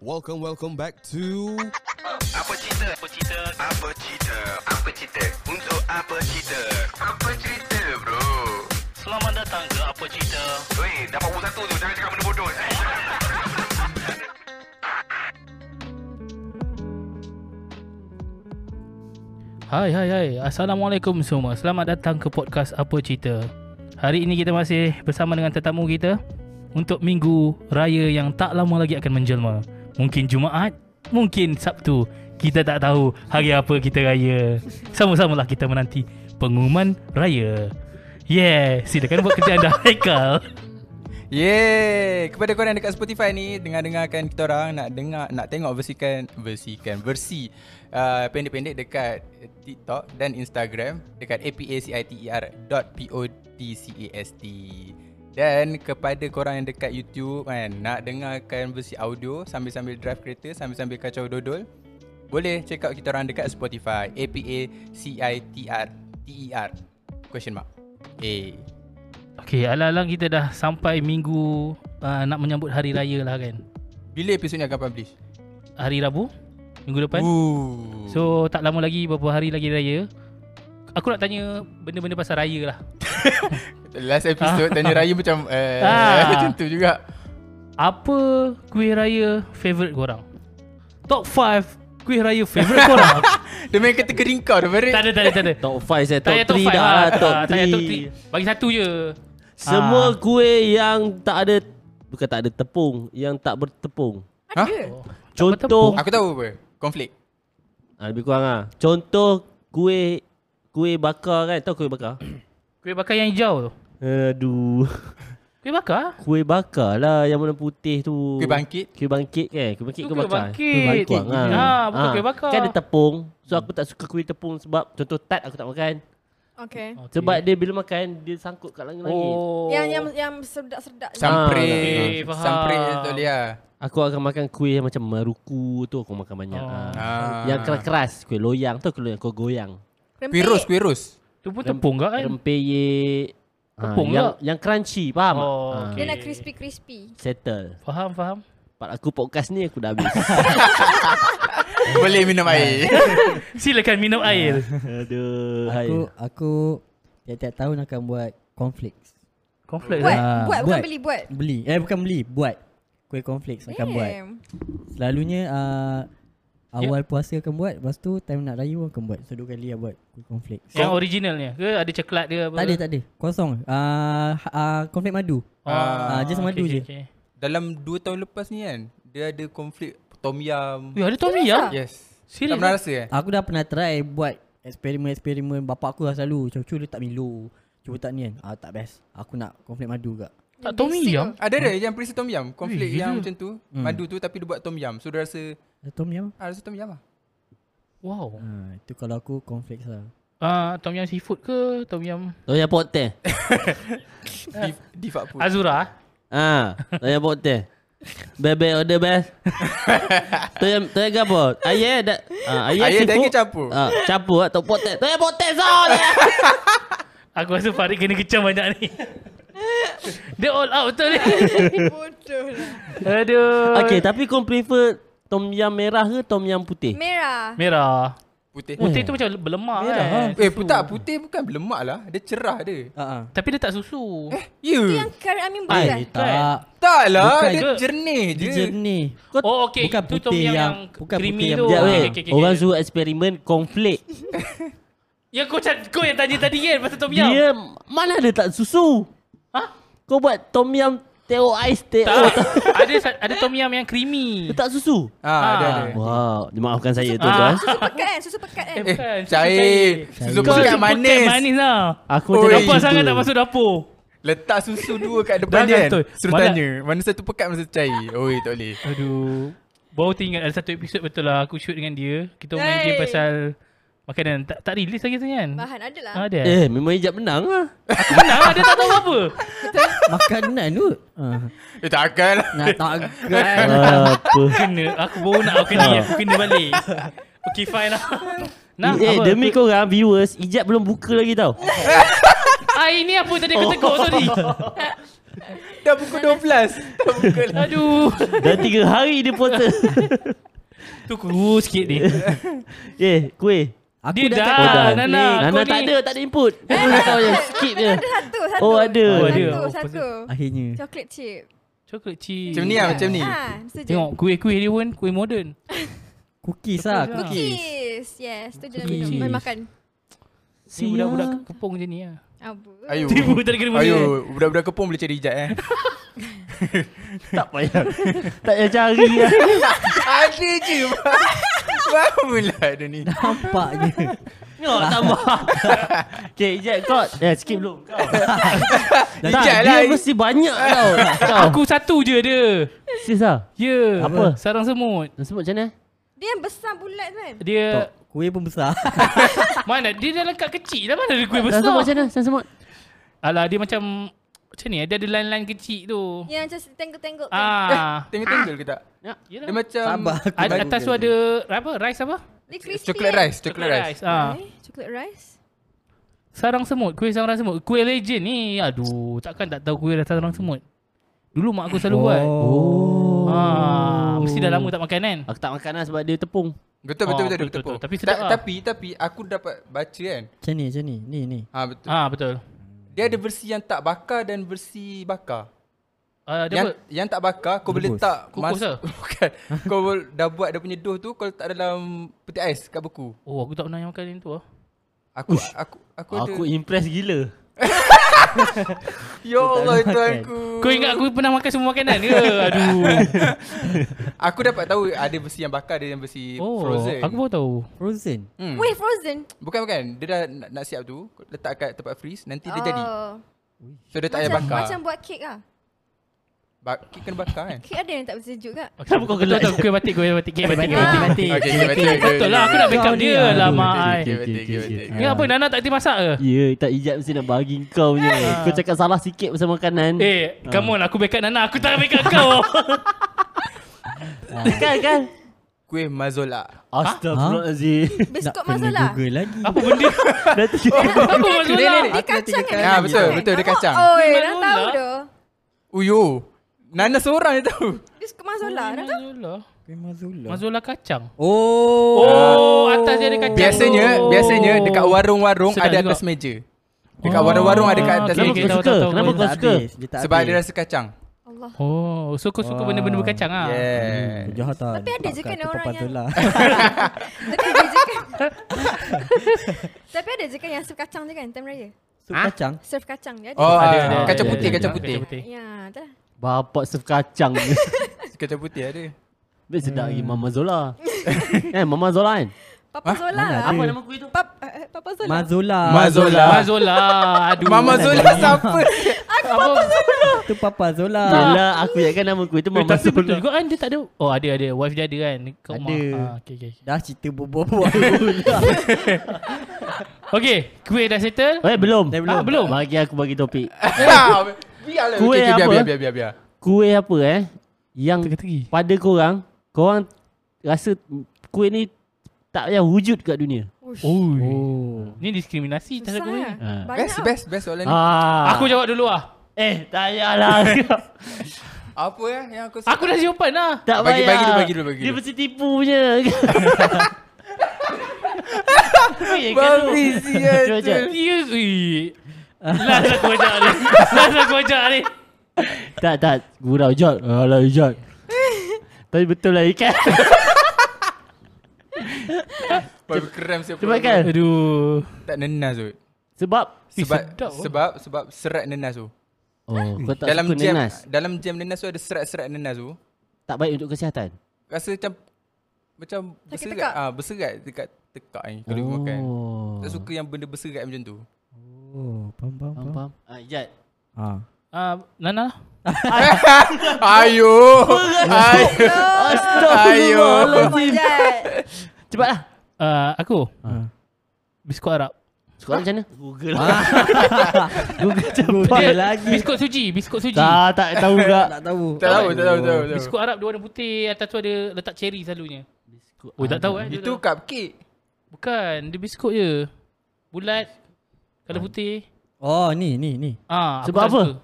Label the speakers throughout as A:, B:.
A: Welcome, welcome back to
B: Apa cerita? Apa cerita? Apa cerita? Apa cerita? Untuk apa cerita? Apa cerita, bro?
C: Selamat datang ke Apa Cerita
B: Weh, dapat pukul satu tu. Jangan cakap benda bodoh. Eh?
C: Hai hai hai Assalamualaikum semua Selamat datang ke podcast Apa Cerita Hari ini kita masih bersama dengan tetamu kita Untuk minggu raya yang tak lama lagi akan menjelma Mungkin Jumaat Mungkin Sabtu Kita tak tahu hari apa kita raya Sama-samalah kita menanti pengumuman raya Yeah, silakan buat kerja anda Haikal
D: Yeay Kepada korang dekat Spotify ni Dengar-dengarkan kita orang Nak dengar Nak tengok versikan Versikan Versi uh, Pendek-pendek dekat TikTok dan Instagram Dekat E apaciter.podcast Dan kepada korang yang dekat YouTube kan Nak dengarkan versi audio Sambil-sambil drive kereta Sambil-sambil kacau dodol Boleh check out kita orang dekat Spotify apaciter T-E-R E Question mark A
C: Okay, alang-alang kita dah sampai minggu uh, Nak menyambut hari raya lah kan
D: Bila episod ni akan publish?
C: Hari Rabu Minggu depan
D: Ooh.
E: Hmm.
C: So tak lama lagi Beberapa hari lagi raya Aku nak tanya Benda-benda pasal raya lah
D: Last episode tanya raya macam eh,
C: Ah.
D: Macam tu juga
C: Apa Kuih raya Favourite korang Top 5 Kuih raya favourite korang
D: Dia main kategori kau dah Farid
C: Tak ada tak ada tak ada
F: Top 5 saya
C: Tak payah
F: Top
C: top
F: 3
C: 5
F: dah lah Top
C: Tak payah top
F: 3
C: 3 Bagi satu je
F: Semua
C: Ah.
F: kuih yang tak ada Bukan tak ada tepung Yang tak bertepung
D: ha?
F: Contoh
D: Aku tahu apa Konflik
F: ah, Lebih kurang lah Contoh kuih Kuih bakar kan Tahu kuih bakar?
C: Kuih bakar yang hijau tu
F: Aduh
C: Kuih bakar
F: Kuih bakar lah Yang warna putih tu
D: Kuih bangkit
F: Kuih bangkit kan Kuih bangkit
C: Tu
F: kuih
C: kuih
F: bakar
C: bangkit.
F: kuang lah.
C: Ah, bukan
F: Ah,
C: kuih bakar.
F: Kan ada tepung So aku tak suka kuih tepung Sebab contoh tart aku tak makan
G: Okay.
C: okay.
F: Sebab dia bila makan Dia sangkut kat langit-langit
C: Oh
G: Yang yang yang serdak-serdak.
F: Ah,
G: ni.
D: Samprit
C: dah.
D: Samprit
C: Faham.
D: tak boleh lah
F: Aku akan makan kuih yang macam meruku tu aku makan banyak.
C: Oh.
F: Ah.
D: Ah.
F: Yang keras-keras, kuih loyang tu kuih loyang kau goyang.
G: Rempeyek.
D: Kuih roast Kuih roast
C: Tu pun tepung ke kan
F: Rempeyek. Ah,
C: Tepung
F: yang
C: tak?
F: yang crunchy, faham? tak?
C: Oh,
F: Ah,
C: okey.
G: Dia nak crispy-crispy.
F: Settle.
C: Faham faham
F: Part aku podcast ni aku dah habis.
D: Boleh minum air
C: Silakan minum air
E: Ah.
F: Aduh. Hai.
E: Aku aku tiap-tiap tahun akan buat konflik.
C: Konflik
G: Buat,
C: lah
E: Ah,
G: buat, bukan
E: buat.
G: beli, buat.
E: Beli. Eh bukan beli, buat. Kuih konflik akan buat.
G: Damn.
E: Selalunya uh, awal puasa akan buat, lepas tu time nak raya pun akan buat. So dua kali lah buat kuih konflik.
C: Yang originalnya ke Ada coklat dia apa
E: Tak ada tak ada. Kosong. Ah uh, uh, konflik madu. Ah, just madu je.
D: Dalam 2 tahun lepas ni kan Dia ada konflik Tom yum
C: Weh, ada Tommy ya?
G: ah?
D: Yes
C: Serius
D: Tak pernah
C: eh?
D: rasa eh
E: Aku dah pernah try buat eksperimen-eksperimen bapak aku lah selalu. Cuba-cuba letak Milo. Cuba tak ni kan. Ah tak best. Aku nak konflik madu juga.
C: Tak Tommy
G: Basic
C: yang
G: tu.
D: Ada ada yang perisa tom yum Konflik
C: Weh,
D: yang
C: gila. Hmm.
D: macam tu Madu tu tapi dia buat tom yum So dia rasa
E: Tom yum.
D: ah, Rasa tom yum lah
C: Wow
E: Ah itu kalau aku konflik lah.
C: Ah, Tom Yum seafood ke Tom Yum
F: Tolong yang pot teh.
C: Ah.
D: Dif- Difak pun
C: Azura
F: Ah, tolong yang pot teh. Bebek order best. Tolong yang tolong yang apa? Ayah dah ah, ayah
D: Ayah
F: seafood.
D: daging campur.
F: Ah, campur atau pot teh. Tolong yang pot teh sah.
C: Aku rasa Farid kena kecam banyak ni Dia all out betul ni
G: Bodoh lah.
C: Aduh
F: Okay, tapi kau prefer tom yam merah ke tom yam putih?
G: Merah.
C: Merah
D: Putih
E: Hmm.
C: Putih tu macam berlemak
E: Merah,
C: kan
D: Eh putak putih bukan berlemak lah Dia cerah dia
E: Ah ah.
C: Tapi dia tak susu
D: You
G: Yang curry amin
E: Eh,
G: bukan.
E: tak.
D: Tak lah
E: Bukan
D: Dia
C: ke?
D: jernih je
E: Dia jernih.
C: Oh okay
E: bukan
C: Itu Tom
E: putih
C: Yum
E: yang-
C: yang
E: bukan
C: creamy
E: putih yang
C: tu Ah,
F: Sekejap
E: Oh,
F: weh.
C: okay, okay, okay,
F: Orang
C: okay.
F: suruh eksperimen konflik.
C: Ya kau, cat- kau yang tanya tadi kan Pasal Tom Yum
E: Ya.
F: Dia mana ada tak susu?
C: Hah?
F: Kau buat tom yum teo ais teo
C: Tak
F: tak,
C: Ah, ada, sa- ada Tom Yum yang creamy
F: tak susu.
C: Ah.
D: Ah, ada ada.
F: Wow, dimaafkan saya tuan-tuan.
G: Susu pekat kan? Susu pekat kan?
D: Eh,
C: Bukan, susu
D: cair. Susu
C: Kau
D: pekat
C: susu
D: manis.
C: pekat manis lah
F: Aku
D: Oi.
F: macam nak
C: Dapur
D: Oi.
F: tidur.
C: sangat tak masuk dapur
D: Letak susu dua kat depan
C: Dah
D: dia
C: betul.
D: kan. Suruh
C: Malah-
D: tanya, mana satu pekat mana satu cair. Oi, tak boleh.
C: Aduh. Baru teringat ada satu episod betul lah aku shoot dengan dia. Kita main game
G: Hey.
C: pasal makanan. Tak, tak release lagi tu kan?
G: Bahan ada lah.
C: Ah, ada.
F: Eh, memang hijab menang lah.
C: Aku menang lah, dia tak tahu apa.
E: Makanan tu. Ah.
D: Eh, takkan lah.
E: Nak
C: Eh.
E: takkan
F: Apa?
C: Kena. Aku baru nak aku kena.
F: Ah.
C: Aku kena balik. Okay fine lah. Nah,
F: eh,
C: apa?
F: demi korang viewers, hijab belum buka lagi tau. Oh.
C: Ah, ini apa tadi aku tegur tadi.
D: Dah pukul 12 Tak pukul lah
C: Aduh.
F: Dah tiga hari dia puasa.
C: Tu kurus sikit ni.
F: Eh, kuih.
E: Aku
C: Dia dah. Ah,
F: Oh, dah.
C: Nana,
F: Nana
C: kau
F: tak
C: ni-
F: ada, tak ada input. Aku nak tahu je, skip je.
G: Ada satu, satu.
F: Oh, ada.
C: Oh, ada.
G: Satu,
C: Oh,
G: satu.
E: Akhirnya
G: Chocolate chip.
C: Coklat cik.
D: Macam ni lah macam ni
G: Ah, setuju.
C: Tengok kuih-kuih dia pun kuih moden.
E: Cookies lah
C: Cookies lah.
E: Cookies
G: Cookies. Yes, tu dia nak
C: Cookies.
G: minum. Boleh makan.
C: Si budak-budak kepung je ni lah.
D: Oh.
G: Abu.
D: Ayuh
C: Tipu tak kena benda.
D: Ayuh Budak-budak kepung boleh cari hijab eh
F: Tak payah. tak payah cari lah.
D: Ada je Bangunlah dia ni
E: Nampak je
F: Tengok, tambah. Okay, Ijat, kau. Eh, skip belum. Kau. tak,
D: Ijat
F: dia
D: lah.
F: mesti banyak tau. kau.
C: Aku satu je dia.
F: Sis lah.
C: Ya.
F: Apa?
C: Sarang semut.
F: Nak sebut macam mana?
G: Dia yang besar bulat kan?
E: Tok,
C: Dia
E: Oh, Kuih pun besar
C: mana dia dalam kad kecil lah mana ada kuih
F: Sarang
C: besar.
F: semut macam mana? Sarang semut.
C: Alah dia macam macam ni eh? dia ada line-line kecil tu.
G: Yang macam tenggel-tenggel kan?
C: Ah.
D: Tenggel-tenggel ke tak?
F: Ya.
C: Yelah.
D: Dia macam
E: Sabar aku
C: Ada
E: baru
C: atas tu
E: Google.
C: ada apa? Rice apa?
G: Dia crispy
D: Chocolate
G: kan?
D: rice Chocolate rice
C: Ah.
G: Okay, Chocolate rice.
C: Sarang semut, kuih sarang semut. Kuih legend ni. Aduh, takkan tak tahu kuih sarang semut. Dulu mak aku selalu buat.
E: Oh
C: Ah, mesti dah lama tak makan kan?
F: Aku tak makan lah sebab dia tepung.
D: Betul
C: Oh,
D: betul betul,
C: betul,
D: betul, betul,
C: betul. Tapi
D: Tak-
C: sedap lah.
D: Tapi tapi aku dapat baca kan.
E: Macam ni macam ni Ni ni
D: Ha betul.
C: Ah, betul.
D: Dia ada versi yang tak bakar dan versi bakar.
C: Ah, dia
D: yang
C: apa?
D: yang tak bakar kau boleh
E: Rebus.
D: letak
C: Kukus lah. ke?
D: bukan. kau bol- dah buat dia punya dough tu kau letak dalam peti ais kat beku.
C: Oh, aku tak pernah yang makan yang tu ah.
D: Aku aku aku,
F: Aku,
D: ada.
F: impress gila.
D: Ya Allah itu
E: makan.
D: aku.
C: Kau ingat aku pernah makan semua makanan ke? Aduh.
D: Aku dapat tahu ada versi yang bakar ada yang versi
C: Oh,
D: frozen.
C: aku baru tahu.
E: Frozen
D: hmm.
G: Weh, frozen.
D: Bukan bukan. Dia dah nak, nak siap tu kau letak kat tempat freeze nanti dia jadi.
G: Oh.
D: So dia tak payah
G: Macam,
D: bakar.
G: macam buat kek lah.
D: Ba- kena bakar kan.
G: Kek ada yang tak bersejuk kak?
C: Okay, Kenapa kau gelak? Tahu kuih batik, kuih batik, kuih batik. kuih
G: batik,
C: batik.
D: Okay, okay, okay, okay,
C: Betul lah, aku nak backup dia lah, mak. ai.
D: Okay, okay, okay, okay.
C: Ni apa, Nana tak kerti masak ke?
F: Ya, tak ijat mesti nak bagi kau punya. Kau cakap salah sikit pasal makanan.
C: Eh, come on, aku backup Nana. Aku tak nak backup kau.
F: kan kan?
D: Kuih mazola.
F: Astagfirullahalazim.
G: Biskut
E: Nak kena
G: masalah.
E: Google lagi
C: Apa benda?
F: Dah tiga.
C: Apa maksudnya?
G: Dia kacang kan?
D: Ah, betul, betul, dia kacang.
G: Oh, eh,
C: Memang
G: dah tahu
C: lah.
G: dah.
D: Uyo. Nana seorang je tahu.
G: Biskut masalah, dah tahu.
C: Mazola.
E: Kuih Mazula
C: Mazola kacang.
E: Oh
C: Oh, atas dia ada kacang.
D: Biasanya,
C: Oh.
D: biasanya dekat warung-warung
C: Sedap
D: ada
C: juga.
D: atas meja. Dekat warung-warung ada kat
C: Kenapa
D: atas
F: Kenapa
C: okey,
F: kau
D: meja.
C: tahu,
F: suka?
C: tahu, tahu.
F: Kenapa
E: Dia
F: kau
E: tak
F: suka?
E: habis, Dia tak
D: Sebab
E: habis.
D: ada rasa kacang.
G: Allah.
C: Oh, so kau suka benda-benda berkacang ah.
D: Yeah.
E: Kejahatan
G: Tapi ada je kan orang yang-
E: Pazula.
G: Tapi ada je kan Tapi ada je kan yang serve kacang je kan Time raya
E: Sup kacang
G: Serve kacang je ada
D: Oh,
C: Ada,
D: ah,
C: ada, ada,
D: kacang
C: ada,
D: putih,
C: ada.
D: kacang putih.
G: Ya dah
F: Bapak serve kacang.
D: Kacang putih ada.
F: Baik sedap lagi Mama Zola. eh, Mama Zola kan? Hmm.
G: Papa Zola lah
F: Apa nama kuih tu?
G: Pap, eh, Papa Zola
E: Mazula
D: Mazola.
C: Mazola. Aduh.
D: Mama Zola siapa?
C: Apa?
E: Tu Papa Zola
F: Yelah, aku ingatkan nama kuih tu
C: Eh,
F: Mama
C: tapi betul
F: Zola.
C: juga kan dia tak ada. Oh, ada ada. Wife dia ada kan. Kau
E: Ada.
C: mak. Ah, okey okey.
E: Dah cerita berbual-bual
C: Okey, kuih dah settle.
F: Eh, belum.
E: Dah belum.
F: Ah, belum. Bagi aku bagi topik.
D: Biarlah.
F: Kuih
D: Kuih okay, Ya, biar,
F: apa?
D: biar, biar, biar, biar.
F: Kuih apa eh? Yang
C: Teka-teki.
F: pada korang, korang rasa kuih ni tak payah wujud kat dunia.
C: Oi.
E: Oh
C: Ni diskriminasi
G: Susah
C: pasal kuih ni.
G: lah
F: Ah.
G: Banyak
D: Best, best, best soalan ni.
F: Ah.
C: Aku jawab dulu ah.
F: eh, tak payahlah.
D: Apa ya yang aku
C: Aku dah jawapan lah.
F: tak
D: Bagi-
F: payah.
D: bagi dulu, bagi dulu, bagi
F: Dia
D: dulu.
F: mesti tipu punya. Kuih kan tu.
D: Babi sial
F: Cuba,
D: tu.
F: cuba.
C: Ya, ui. Last aku ajak ni. Last aku ajak ni.
F: Tak tak Gurau Ijat Alah Ijat Tapi betul lah Ikat
D: Babi kerem siapa.
F: Cuba kan
C: Aduh.
D: Tak nenas tu.
F: Sebab
D: Sebab
C: sedap oh.
D: sebab sebab serat nenas tu.
F: Oh kau tak
D: dalam
F: suka
D: jam
F: nanas
D: dalam jam nenas tu ada serat-serat nenas tu.
F: Tak baik untuk kesihatan
D: Rasa macam macam berserat
G: tekak.
D: ah berserat dekat tekak ni kalau oh. makan. Tak suka yang benda berserat macam tu.
E: Oh Faham faham
F: Faham
E: faham
F: faham ah, Ijat
E: Ah.
C: Ah, Nana lah.
D: Ayo. Ayo.
G: Oh
D: Ayo.
G: Panjat
F: Cepatlah
C: Ah, aku. Biskut Arab.
F: Sekarang macam mana Ah. Google
E: Lah. Google cepat
C: Dia
E: lagi
C: Biskut suji, biskut suji.
F: Tak tak tahu tak
E: Tak tahu
D: Tak tahu, tak tahu, tak tahu.
C: Biskut Arab dia warna putih, atas tu ada letak ceri selalunya. Oh, tak tahu eh. dia
D: Itu
C: tahu.
D: cupcake.
C: bukan, dia biskut je. Bulat, kalau putih.
E: Oh ni ni ni
C: Ah, aku
F: Sebab
C: tak
F: apa?
C: suka.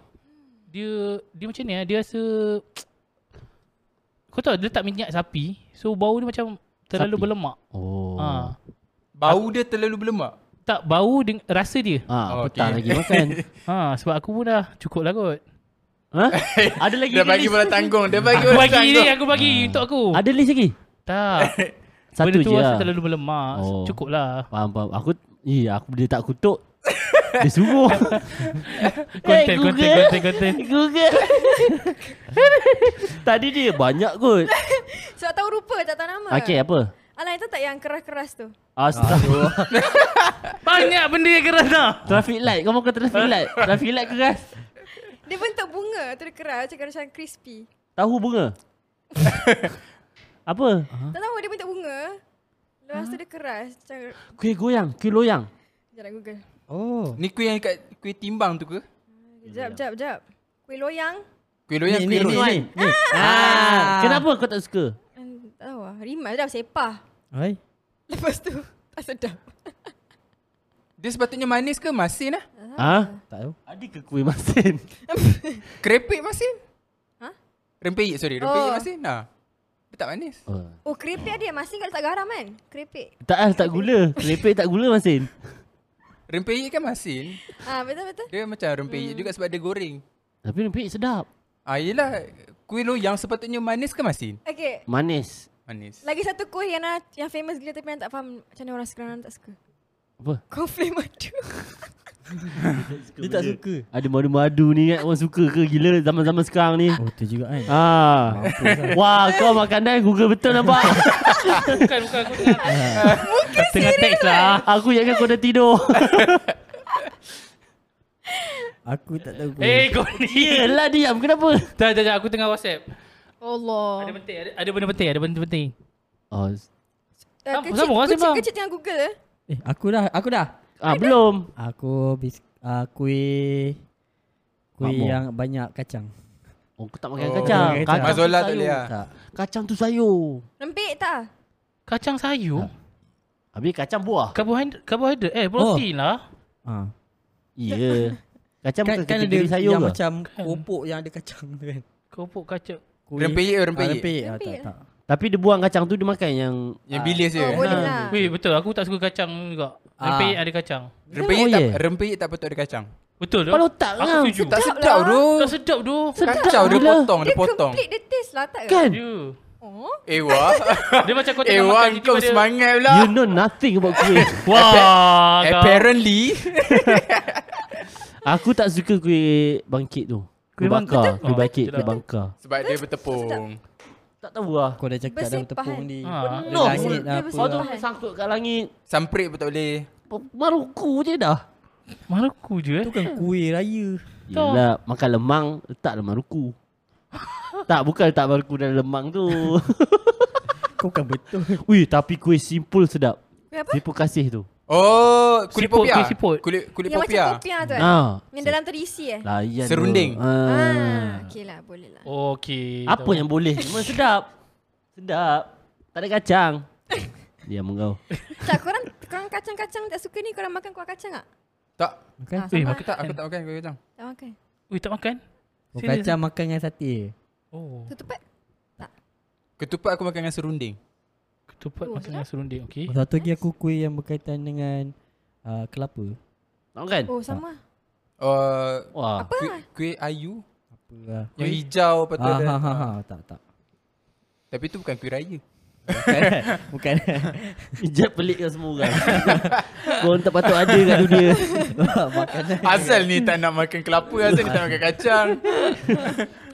C: dia dia macam ni ah, dia rasa kau tahu dia letak minyak sapi. So bau dia macam terlalu
F: Sapi?
C: berlemak.
F: Oh.
C: Ha.
D: Bau dia terlalu berlemak.
C: Tak bau deng- rasa dia.
F: Ah,
D: Oh,
F: petang
D: okay.
F: lagi makan.
C: Ha sebab aku pun dah cukup lah kot.
F: ha? Ada lagi.
D: Dia
F: ada
D: bagi
F: list?
D: bola tanggung. Dia bagi
C: Aku
D: bola
C: bagi ni,
D: tanggung.
C: aku bagi untuk aku.
F: Ada list lagi?
C: Tak.
F: Ah. Satu
C: Benda tu
F: je
C: rasa
F: lah.
C: terlalu berlemak.
F: Oh.
C: Cukup lah.
F: Faham, faham. Aku, eh, aku dia tak kutuk. dia suruh.
C: Konten,
F: Eh,
C: konten,
F: Google.
C: konten, konten.
F: Google. Tadi dia banyak kot.
G: Sebab tahu rupa tak tahu nama.
F: Okay, apa?
G: Alah itu tak yang keras-keras tu.
F: Astagfirullah.
C: Banyak benda yang keras dah.
F: traffic light. Kau makan traffic light. Traffic light keras.
G: Dia bentuk bunga tu dia keras macam macam crispy.
F: Tahu bunga. apa?
G: Tak tahu dia bentuk bunga. Lepas tu dia keras. Macam
F: Kuih goyang. Kuih loyang.
G: Sekejap nak Google.
E: Oh.
D: Ni kuih yang kat kuih timbang tu ke?
G: Sekejap, sekejap, sekejap. Kuih loyang.
D: Kuih loyang, kuih
F: ni,
D: loyang.
F: ni. Ah. Kenapa kau tak suka?
G: Hmm, Tak tahu lah. Rimas dah sepah.
E: Hai.
G: Lepas tu tak sedap.
D: Dia sepatutnya manis ke masin lah?
F: Ha?
E: Tak tahu.
F: Ada ke kuih masin?
D: Kerepek masin?
G: Ha?
D: Rempeyek, sorry. Rempeyek
G: Oh.
D: masin? Nah. Dia tak manis.
F: Oh.
G: Oh keripik dia masih kat letak garam kan? Keripik.
F: Tak ah, tak gula. Lepek tak gula masin.
D: Rempeyek kan masin.
G: Ah betul betul.
D: Dia macam rempeyek juga sebab dia goreng.
F: Tapi rempeyek sedap.
D: Ah, yelah. Kuih loyang sepatutnya manis ke masin?
G: Okay.
F: Manis.
D: Manis.
G: Lagi satu kuih yang nak- yang famous gila tapi yang tak faham macam mana orang sekarang tak suka.
F: Apa?
G: Konflik madu.
E: Dia tak suka.
F: Ada madu-madu ni kan orang suka ke gila zaman-zaman sekarang ni.
E: Oh tu juga kan.
F: Ah. Wah, kau makanan Google betul nampak.
C: Bukan, bukan aku tengah. tengah teks lah.
F: Ah, Aku ingatkan kau dah tidur.
E: Aku tak tahu.
C: Eh, kau ni.
E: Lah,
F: Yelah diam kenapa?
C: Tak, tak, tak. Aku tengah WhatsApp. Ada
G: Allah.
C: penting, ada, ada benda penting, ada benda penting.
F: Oh.
G: Uh,
C: Sama-
G: kecil,
C: sama orang
G: kecil,
C: sembang.
G: kecil tengah Google eh.
E: Eh, aku dah, aku dah.
F: Ah, belum.
E: Aku bis, uh, kuih kuih
F: Makmur.
E: yang banyak kacang.
F: Oh, kau tak makan
D: Oh,
F: kacang.
E: makan kacang.
F: Kacang tu
D: Mazola tak
F: sayur.
D: boleh ah.
E: Tak.
F: Kacang tu sayur.
G: Lempik tak?
C: Kacang
F: Ha.
C: sayur,
F: Habis kacang buah.
C: karbohidrat, karbohidrat eh protein lah.
E: Ha.
F: Ya. Kacang
E: Kan,
F: bukan
E: kan ada
F: kategori sayur
E: yang
F: ke?
E: macam keropok yang ada kacang tu kan.
C: Keropok kacang.
E: Kuih.
D: Rempeyek ke
E: Ah,
D: rempeyek?
E: rempeyek. Ah, tak,
G: Rempeyek.
E: tak.
F: Tapi dia buang kacang tu dia makan yang Ah.
D: Yang bilis je.
G: Oh boleh lah.
C: eh. Weh, betul. Aku tak suka kacang juga.
E: Ah.
C: Rempeyek ada kacang.
D: Rempeyek
F: Oh,
D: tak
F: yeah.
D: rempeyek tak patut ada kacang.
C: Betul tu.
F: Kepala otak
C: Aku
F: lah.
C: setuju.
D: Tak sedap tu.
C: Tak sedap tu.
D: Kacau dia
F: gila.
D: potong, dia
G: Dia
D: potong.
G: Eh, complete dia taste lah tak ke?
F: kan.
C: Ya.
G: Oh.
D: Eh wah.
C: Dia macam kau
D: Eh
C: tengah
D: wah,
C: makan
D: kau
C: tiba-tiba dia-
D: semangat pula.
F: You know nothing about kuih.
C: Wah, kau.
D: Apparently
F: Aku tak suka kuih bangkit tu. Kuih
E: Kuih bangkit.
F: bakar. Kuih
C: Oh,
F: bangkit,
C: betul.
F: kuih bakar.
D: sebab dia bertepung.
F: Tak tahu lah.
E: Kau dah cakap dah
G: Bersih
E: tepung
G: pahan.
E: ni.
C: Ha.
F: No.
E: Langit lah
G: Dia
E: apa
F: Kau tu
E: lah.
G: Bahan.
F: sangkut kat langit.
D: Samprit pun tak boleh.
F: Maruku je dah.
C: Maruku je eh.
E: Tu kan kuih raya.
C: Betul.
F: Yelah, makan lemang, letak dalam maruku. tak, bukan letak maruku dalam lemang tu.
E: Kau kan betul.
F: Ui, tapi kuih simpul sedap.
G: Kuih apa?
F: Simpul kasih tu.
D: Oh, kulit
C: Siput,
D: popia.
C: kuih siput.
D: Kulit kulit
G: Yang macam
D: popia.
G: kopiah tu kan?
F: Ha.
G: Yang dalam tu diisi eh?
F: Layan tu.
D: Serunding.
F: Ah.
G: Ah, okey lah, boleh lah.
C: Okey.
F: Apa yang boleh? Cuma sedap. Sedap. Tak ada kacang. Dia mengau.
G: Tak, korang, korang kacang-kacang tak suka ni, korang makan kuah kacang tak?
D: Tak,
E: Makan.
C: Eh,
G: Ah, sama
C: makan
G: lah.
D: aku tak aku tak makan kuih kacang.
G: Tak makan.
C: Ui, tak makan?
E: Kau
C: Serius?
E: Oh,
C: eh?
E: kacang makan dengan sate.
C: Oh,
G: Ketupat?
D: Ketupat aku makan dengan serunding.
C: ketupat
G: Oh,
C: makan dengan serunding. Okey.
E: Satu lagi aku kuih yang berkaitan dengan uh, kelapa.
F: Tahu kan?
G: Oh, sama.
D: Uh,
F: Wah.
G: Apa?
D: kuih, kuih ayu
E: Apa lah.
D: yang hijau lepas tu
E: Ah,
D: ada.
E: ha, ha, ha. Tak, tak.
D: Tapi tu bukan kuih raya.
E: Bukan.
F: Ijat pelik kan semua orang. Kau tak patut ada kat dunia.
E: Makanan.
D: Azal ni tak nak makan kelapa, Azal ni tak makan kacang.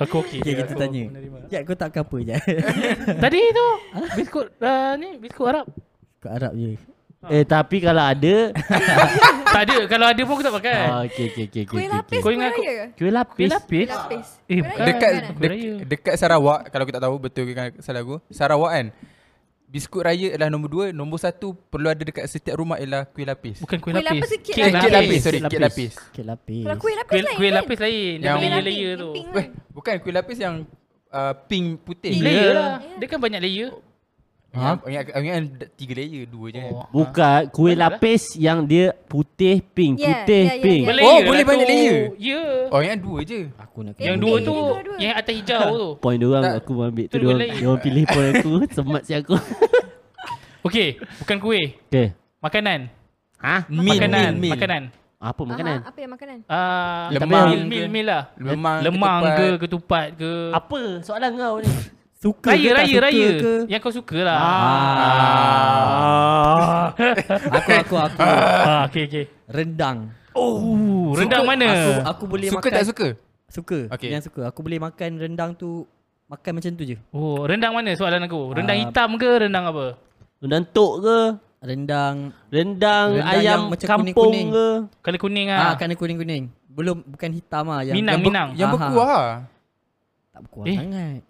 C: Aku okey.
E: Okay, kita
C: Aku
E: tanya.
C: menerima.
E: Jat, kau tak apa je.
C: Tadi tu biskut uh, ni biskut Arab.
E: Kau Arab je.
F: eh tapi kalau ada,
C: tak ada. Kalau ada pun aku tak
E: Eh.
C: pakai.
F: ah, okey okey okey okey.
G: Kuih lapis,
C: Kau
G: kuih
C: ingat aku-
G: raya ke?
F: Kuih
C: Kuih
F: lapis.
C: lapis.
G: Kuih lapis.
C: Eh,
G: Kuih raya
C: bukan.
D: Dekat
G: kan?
D: dek,
C: Raya.
D: dekat Sarawak, kalau aku tak tahu betul ke kan salah aku. Sarawak kan. Biskut raya adalah nombor dua, nombor satu perlu ada dekat setiap rumah ialah kuih lapis.
C: Bukan kuih
G: Kuih
C: lapis.
G: lapis tu
D: Eh,
G: kek
D: kek
G: lapis.
D: lapis, sorry, kek lapis.
E: Kek lapis.
G: Kalau kuih lapis
C: Kuih,
G: lain
C: kuih
G: kan?
C: lapis lain. Dia
D: Yang-
C: punya layer
G: Kuih lapis,
C: tu.
G: yang pink
D: Weh,
G: kan?
D: bukan kuih lapis yang uh, pink putih.
C: lah. Layer lah. Dia kan banyak layer.
E: Ha?
D: Ingat, ingat, ingat tiga layer, dua je kan.
C: Oh.
E: Ah.
F: Bukan kuih
E: eh?
F: lapis yang dia putih pink,
E: Ya,
G: Yeah,
F: putih
G: yeah, yeah,
F: pink.
G: yeah.
D: Oh,
C: Layer
D: boleh
C: lah
D: banyak
C: tu.
D: layer?
C: Ya.
D: Oh, ingat dua je.
E: Aku nak
C: Yang
G: Eh,
C: dua
G: eh,
C: tu
G: ini dua-dua.
C: yang atas hijau tu.
F: Point dia orang
D: Tak.
F: aku ambil
C: Tu
F: tu
C: dua
F: dia orang
C: layer.
F: dia orang pilih point aku, semat si aku.
C: Okey, bukan kuih.
F: Okey.
C: Makanan.
F: Ha?
D: Min,
C: makanan,
D: min, min.
C: makanan.
F: Apa
G: Aha,
F: makanan?
E: ah,
G: Apa yang makanan?
C: Ah,
D: Lemang
C: mil,
D: ke?
C: mil, mil lah.
D: Lemang,
C: Lemang ke,
D: ketupat.
C: ketupat ke.
E: ah.
F: Apa soalan kau ni?
E: Suka
C: Raya,
E: ke tak
C: raya,
E: suka
C: raya.
E: ke?
C: Yang kau suka lah.
F: Ah.
E: Aku aku aku
C: Ah, okey, okey.
E: rendang. Uh,
C: Oh, rendang
D: Suka-
C: mana?
E: Aku aku boleh
D: Ya. Suka
E: makan
D: tak suka?
E: Suka.
D: Okey.
E: Yang suka. Aku boleh makan rendang tu makan macam tu je.
C: Oh, rendang mana soalan aku? Rendang
E: Ah.
C: hitam ke rendang apa?
F: Rendang tok ke?
E: Rendang
F: Rendang,
E: Rendang
F: ayam
E: yang macam
F: kampung
E: kuning-kuning.
F: ke?
C: Kalau kuning
E: ah,
C: ah.
E: kena kuning-kuning. Belum bukan hitam ah yang
C: Minang,
E: yang,
C: minang.
D: Yang
E: Aha.
D: berkuah lah.
E: tak berkuah
C: Eh.
E: eh. sangat.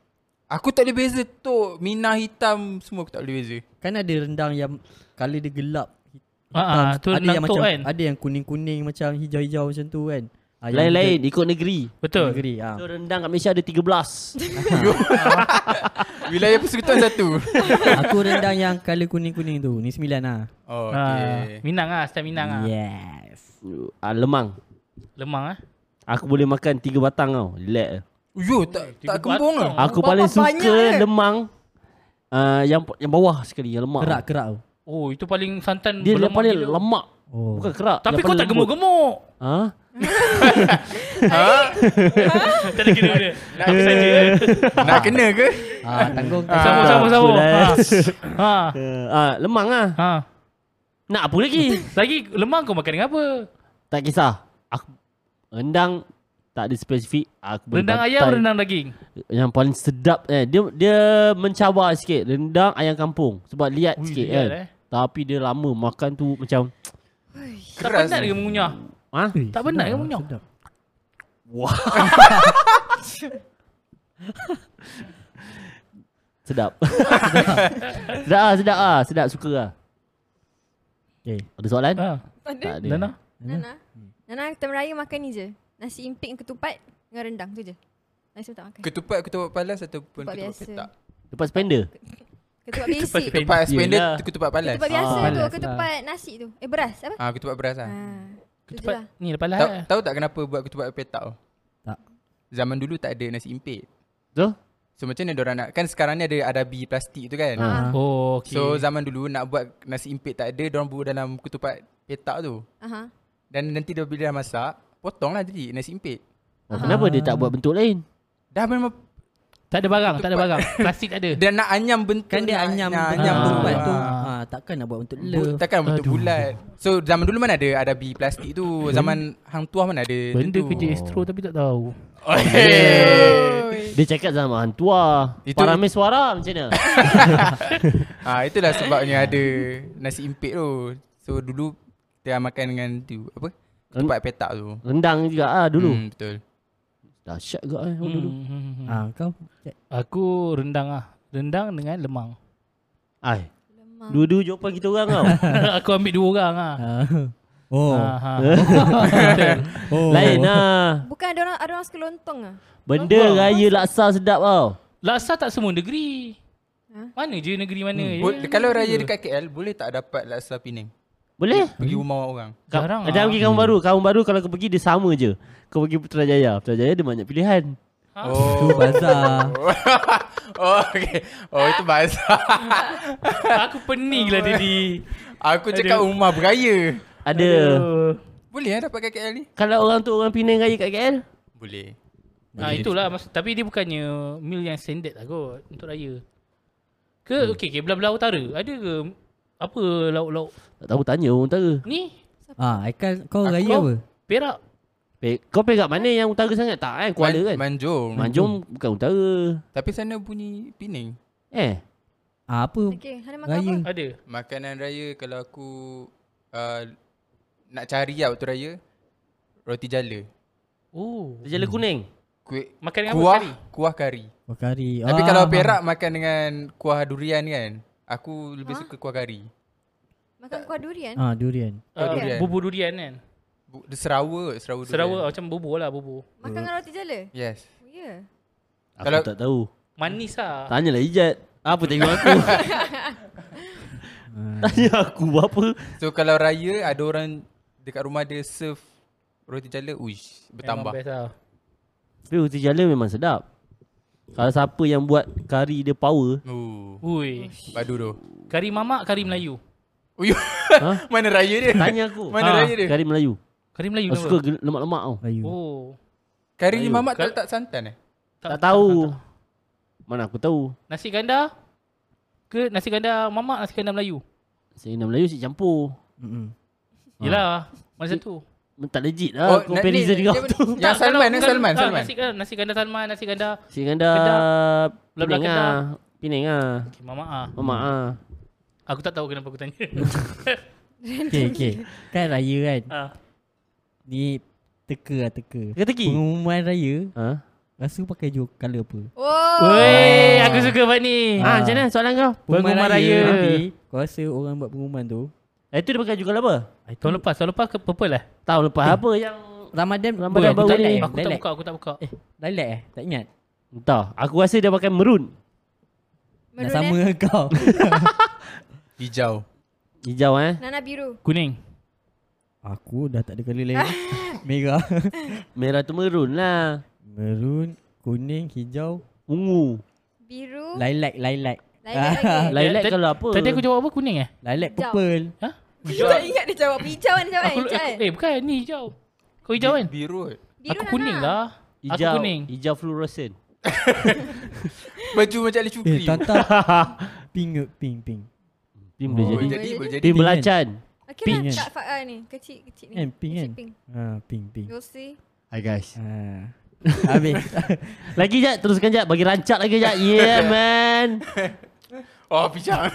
D: Aku tak boleh beza tok, minah hitam semua aku tak boleh beza.
E: Kan ada rendang yang colour dia gelap.
C: Ah, ah, tu
E: ada
C: rendang
E: yang
C: tok
E: macam
C: kan?
E: ada yang kuning-kuning macam hijau-hijau macam tu kan. Ah, yang
F: Lain-lain ikut negeri.
E: kita-
C: Betul.
E: Negeri ah.
F: So rendang kat Malaysia ada 13.
D: Wilayah persekutuan satu.
E: Aku rendang yang colour kuning-kuning tu. Ni sembilan ah.
D: Oh,
C: Ah,
D: okay.
C: Minang ah, style Minang ah.
E: Yes.
F: ah, lemang.
C: Lemang ah.
F: Aku boleh makan 3 batang tau. Relax.
D: Yo, tak
C: tiga
D: tak kembung
C: batang.
D: lah.
F: Aku
E: Berapa
F: paling suka
E: banyak, eh?
F: lemang uh, yang yang bawah sekali, yang lemak.
E: Kerak-kerak tu.
C: Oh, itu paling santan
F: Dia yang
C: berlemak
F: paling
C: gila.
F: lemak.
E: Oh.
F: Bukan kerak.
C: Tapi
F: yang
C: kau
F: paling
C: tak
F: lembut.
C: gemuk-gemuk.
F: Ha?
C: tak ada kira dia. Aku saja. eh.
D: Nak kena ke?
E: Ah, tanggung.
C: Sama sama sama.
F: Betul, eh.
C: Ha.
F: Uh, ah, lemang ah.
C: Ha. Ha.
F: Nak apa lagi?
C: Lagi lemang kau makan dengan apa?
F: tak kisah. Aku rendang tak ada spesifik. Aku boleh
C: Rendang ayam,
F: bantai.
C: rendang daging.
F: yang paling sedap eh dia dia mencabar sikit rendang ayam kampung sebab liat
C: Ui,
F: Ui, sikit
C: liat,
F: kan.
C: eh.
F: Eh. Tapi dia lama makan tu macam
C: Tak
D: Keras
C: penat
D: ni.
C: ke mengunyah?
F: ha?
C: Tak benar ke munyok?
F: Sedap. sedap ah, sedap ah, sedap suka ah. Eh,
E: Okay.
F: Ada soalan?
C: Ha.
F: Tak ada.
C: Nana.
G: Nana. Nana kita meraya makan ni je. Nasi impik dengan ketupat dengan rendang tu je. Lain semua tak makan.
D: Ketupat ketupat palas ataupun
G: Ketupat
D: ketupat
G: biasa.
D: petak.
F: Lepas spender.
G: Ketupat
C: Ketupat
G: basic.
D: Ketupat spender
F: Yelah.
D: tu ketupat palas.
G: Ketupat biasa
F: Ah.
G: tu,
E: Palas lah.
G: ketupat nasi tu. Eh beras apa?
D: Ah, ketupat beras ah.
G: Ha. Tu je
C: Cepat.
G: lah.
C: Ni lepas lah.
D: Tahu, tahu tak kenapa buat ketupat petak? tu?
E: Tak.
D: Zaman dulu tak ada nasi impit.
F: Tu?
D: So macam mana orang nak kan sekarang ni ada adabi plastik tu kan.
E: Ah.
C: Oh, okey.
D: So zaman dulu nak buat nasi impit tak ada, orang buat dalam ketupat petak tu.
G: Aha.
D: Dan nanti dia bila dah masak, potonglah jadi nasi impit.
F: Oh, kenapa dia tak buat bentuk lain?
D: Dah memang
C: tak ada barang, tak ada barang. Plastik tak ada.
D: dia nak anyam bentuk
E: Kan dia
D: nak-
E: anyam
D: nak
E: bentuk
D: anyam
E: anyam
F: Ah.
E: tempat
D: bentuk
E: tu.
D: Ah.
E: Ah, takkan nak buat bentuk
D: Bu,
E: love.
D: takkan bentuk bulat. So zaman dulu mana ada adabi plastik tu. Zaman hang tuah mana ada
C: Eh? Benda
D: tentu.
C: kerja astro tapi tak tahu.
D: Oh, hey.
F: Dia cakap sama hantua.
D: Itu-
F: Parame suara macam mana?
D: Ah itulah sebabnya ada nasi impit tu. So dulu kita makan dengan tu apa? Ketupat petak tu.
F: rendang juga ah dulu.
D: Hmm, betul.
F: Dahsyat juga eh orang dulu.
C: Hmm.
E: Ah, kau Cik,
C: Aku rendang ah. Rendang dengan lemang.
F: Ai,
G: Lemak.
F: dua-dua jawapan kita orang tau.
C: aku ambil dua orang ah.
E: ah. Oh.
C: Ha, ha. Betul.
E: Oh.
F: Lain lah.
G: Bukan ada orang ada orang suka lontong ah.
F: Benda raya laksa sedap tau.
C: Laksa tak semua negeri.
G: Ha?
C: Mana je Ya. negeri mana je.
D: Bo-
E: Eh.
D: kalau raya dekat KL boleh tak dapat laksa Penang?
F: Boleh?
D: Pergi
C: Hmm?
D: rumah orang.
C: Jarang ah.
F: Ada pergi kampung baru. Kampung baru kalau kau pergi dia sama je. Kau pergi Putrajaya. Putrajaya dia banyak pilihan.
E: Tu bazar.
D: oh, okay. Oh, itu bahasa.
C: Aku pening lah tadi.
D: Aku cakap rumah beraya.
F: Ada.
D: Boleh eh dapat kat KL ni?
F: Kalau orang tu orang Penang raya kat KL,
D: Boleh.
C: Ha, itulah maksud, tapi dia bukannya meal yang standard lah kot untuk raya. Ke hmm. okey okay, belah-belah utara ada ke apa lauk-lauk
F: tak tahu tanya orang utara.
C: ni?
E: ah, Aikal kau
C: Aku-
E: raya apa?
C: Perak.
F: Pe- kau pergi kat mana yang utara sangat? Tak kan? Kuala kan?
D: Manjung.
F: Manjung bukan utara.
D: Tapi sana bunyi Penang.
F: Eh,
E: Ah, apa?
G: Okey, hari makan
E: Raya.
G: apa?
C: Ada.
D: Makanan raya kalau aku uh, nak cari lah waktu raya, roti jala.
C: Oh.
F: jala kuning.
D: Kuih,
C: Makan dengan
D: kuah,
C: apa kari?
D: kuah kari.
E: Bakari.
F: Ya.
D: Tapi kalau Perak makan dengan kuah durian kan,
C: Ah.
D: aku lebih suka kuah kari.
G: Makan kuah durian.
E: Ah, durian.
D: Oh,
C: Uh,
D: durian.
C: bubur durian kan.
D: Bu- Dia Serawa, serawa durian.
C: Serawa macam bubur lah bubur.
G: Makan dengan roti jala.
D: Yes.
G: Oh, ya.
F: Aku
D: Kalau-
F: tak tahu.
C: Manis lah.
F: Tanyalah Ijat. Apa tengok aku? Tanya aku apa
D: So kalau raya ada orang dekat rumah dia serve roti jala, uish,
C: Memang
D: bertambah.
C: best lah.
F: Tapi roti jala memang sedap Kalau siapa yang buat kari dia power
D: Oh,
C: Ui.
D: padu tu.
C: Kari mamak, kari Melayu.
D: Ui,
F: ha?
D: mana raya dia?
F: Tanya aku
D: Mana
C: Ah,
D: raya dia?
F: Kari Melayu
C: Kari Melayu
F: Aku Oh, suka gel- lemak-lemak tau
E: Melayu
C: Oh.
D: Kari
F: Melayu.
D: mamak tak letak santan eh?
F: Tak tahu Mana aku tahu
C: Nasi ganda ke nasi ganda mamak, nasi ganda Melayu.
F: Nasi Ganda Melayu si campur
E: Mm-mm.
F: Ah.
C: Yelah, mana satu?
F: Tak legit lah oh,
D: nak- ni-
F: comparison kau
D: dia-
F: tu
D: Yang
C: Tak,
D: Salman,
C: kalau-
F: ya,
D: yang
C: kalau-
D: Salman,
C: ah,
D: Salman.
C: Nasi ganda, nasi ganda Salman, nasi ganda
F: Si Ganda
C: Kedah. Belah-belah
F: Penang lah Penang lah
C: okay, mamak ah.
F: Mamak lah
C: Aku tak tahu kenapa aku tanya.
E: Okay okay Kan raya kan
C: ah.
E: Ni Teka lah teka
F: Teka teki?
E: Pengumuman raya
F: Ha?
E: Rasa pakai jo colour apa
G: Wow.
C: Wei, aku suka buat ni.
F: Ha, macam mana soalan kau?
C: Pengumuman raya.
E: Nanti Kau rasa orang buat pengumuman tu
F: Eh, Ah, itu dia pakai juga apa? Eh.
C: Tahun lepas, tahun lepas ke purple lah.
F: Tahu lepas apa yang
E: Ramadan
F: Ramadan
E: bukan,
F: baru
E: lilac
F: ni.
E: eh?
C: Aku tak
E: Lilac.
C: buka, aku tak buka.
E: Eh lilac eh Tak ingat
F: Entah, aku rasa dia pakai merun
E: Dah
G: Merun
E: sama
G: eh.
E: kau
D: Hijau.
F: Hijau eh
G: Nana biru.
C: Kuning.
E: Aku dah tak ada colour lain Merah
F: Merah tu merun lah
E: Merun Kuning Hijau
F: Ungu
G: Biru.
E: Lilac
G: Lilac
E: Lilac
G: lagi.
F: Lilac
C: Tadi-
F: kalau apa
C: Tadi aku jawab apa? Kuning eh?
E: Lilac
G: Hijau.
E: purple
C: Ha?
G: Aku tak ingat dia jawab hijau kan dia jawab
C: Aku,
G: hijau.
C: aku,
G: kan?
C: eh bukan ni hijau. Kau hijau kan?
D: Biru. eh. kot.
G: Biru
C: aku
G: Nana.
C: kuning lah.
F: Hijau,
C: Aku kuning.
F: Hijau fluoresen
D: Baju macam Ali
E: Eh
D: Shukri.
E: tantang Pink ke? pink pink
F: Tim
D: Boleh Oh,
F: boleh Oh, jadi
D: jadi, boleh jadi.
F: Tim belacan
G: Okay
E: Pink
G: lah,
E: kan?
G: tak Fa'al ni. Kecil-kecil ni.
E: Kan pink kan
G: Kecil pink.
E: Ha pink pink
G: You'll see.
F: Hai guys
E: Ha Habis
F: Lagi jap, teruskan jap Bagi rancak lagi jap Yeah man
D: Oh, pisang.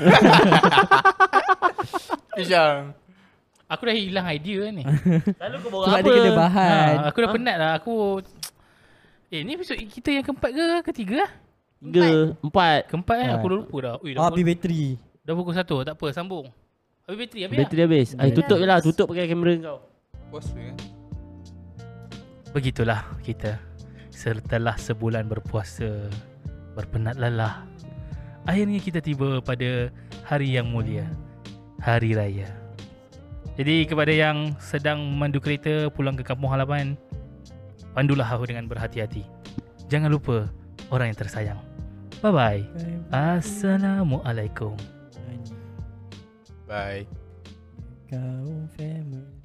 D: pisang.
C: Aku dah hilang idea ni.
F: Lalu kau bawa
E: Sebab
F: apa?
E: dia kena bahan
C: ha, aku dah penat lah. Aku Eh ni episod kita yang keempat ke ketiga lah?
F: Tiga, empat
C: Keempat eh?
E: Ha.
C: Aku dah lupa dah. Ui,
E: Oh
C: dah,
E: habis
C: pukul,
E: bateri
C: dah pukul satu. Tak apa, sambung. Habis bateri, habis lah.
F: Bateri habis Ay, Tutup je lah, tutup pakai kamera kau
D: Bos tu kan.
C: Begitulah kita setelah sebulan berpuasa berpenat lelah. Akhirnya kita tiba pada hari yang mulia, hari raya. Jadi kepada yang sedang memandu kereta pulang ke kampung halaman, pandulah aku dengan berhati-hati. Jangan lupa orang yang tersayang. Bye bye. Ha? Assalamualaikum.
D: Bye.
E: Kau family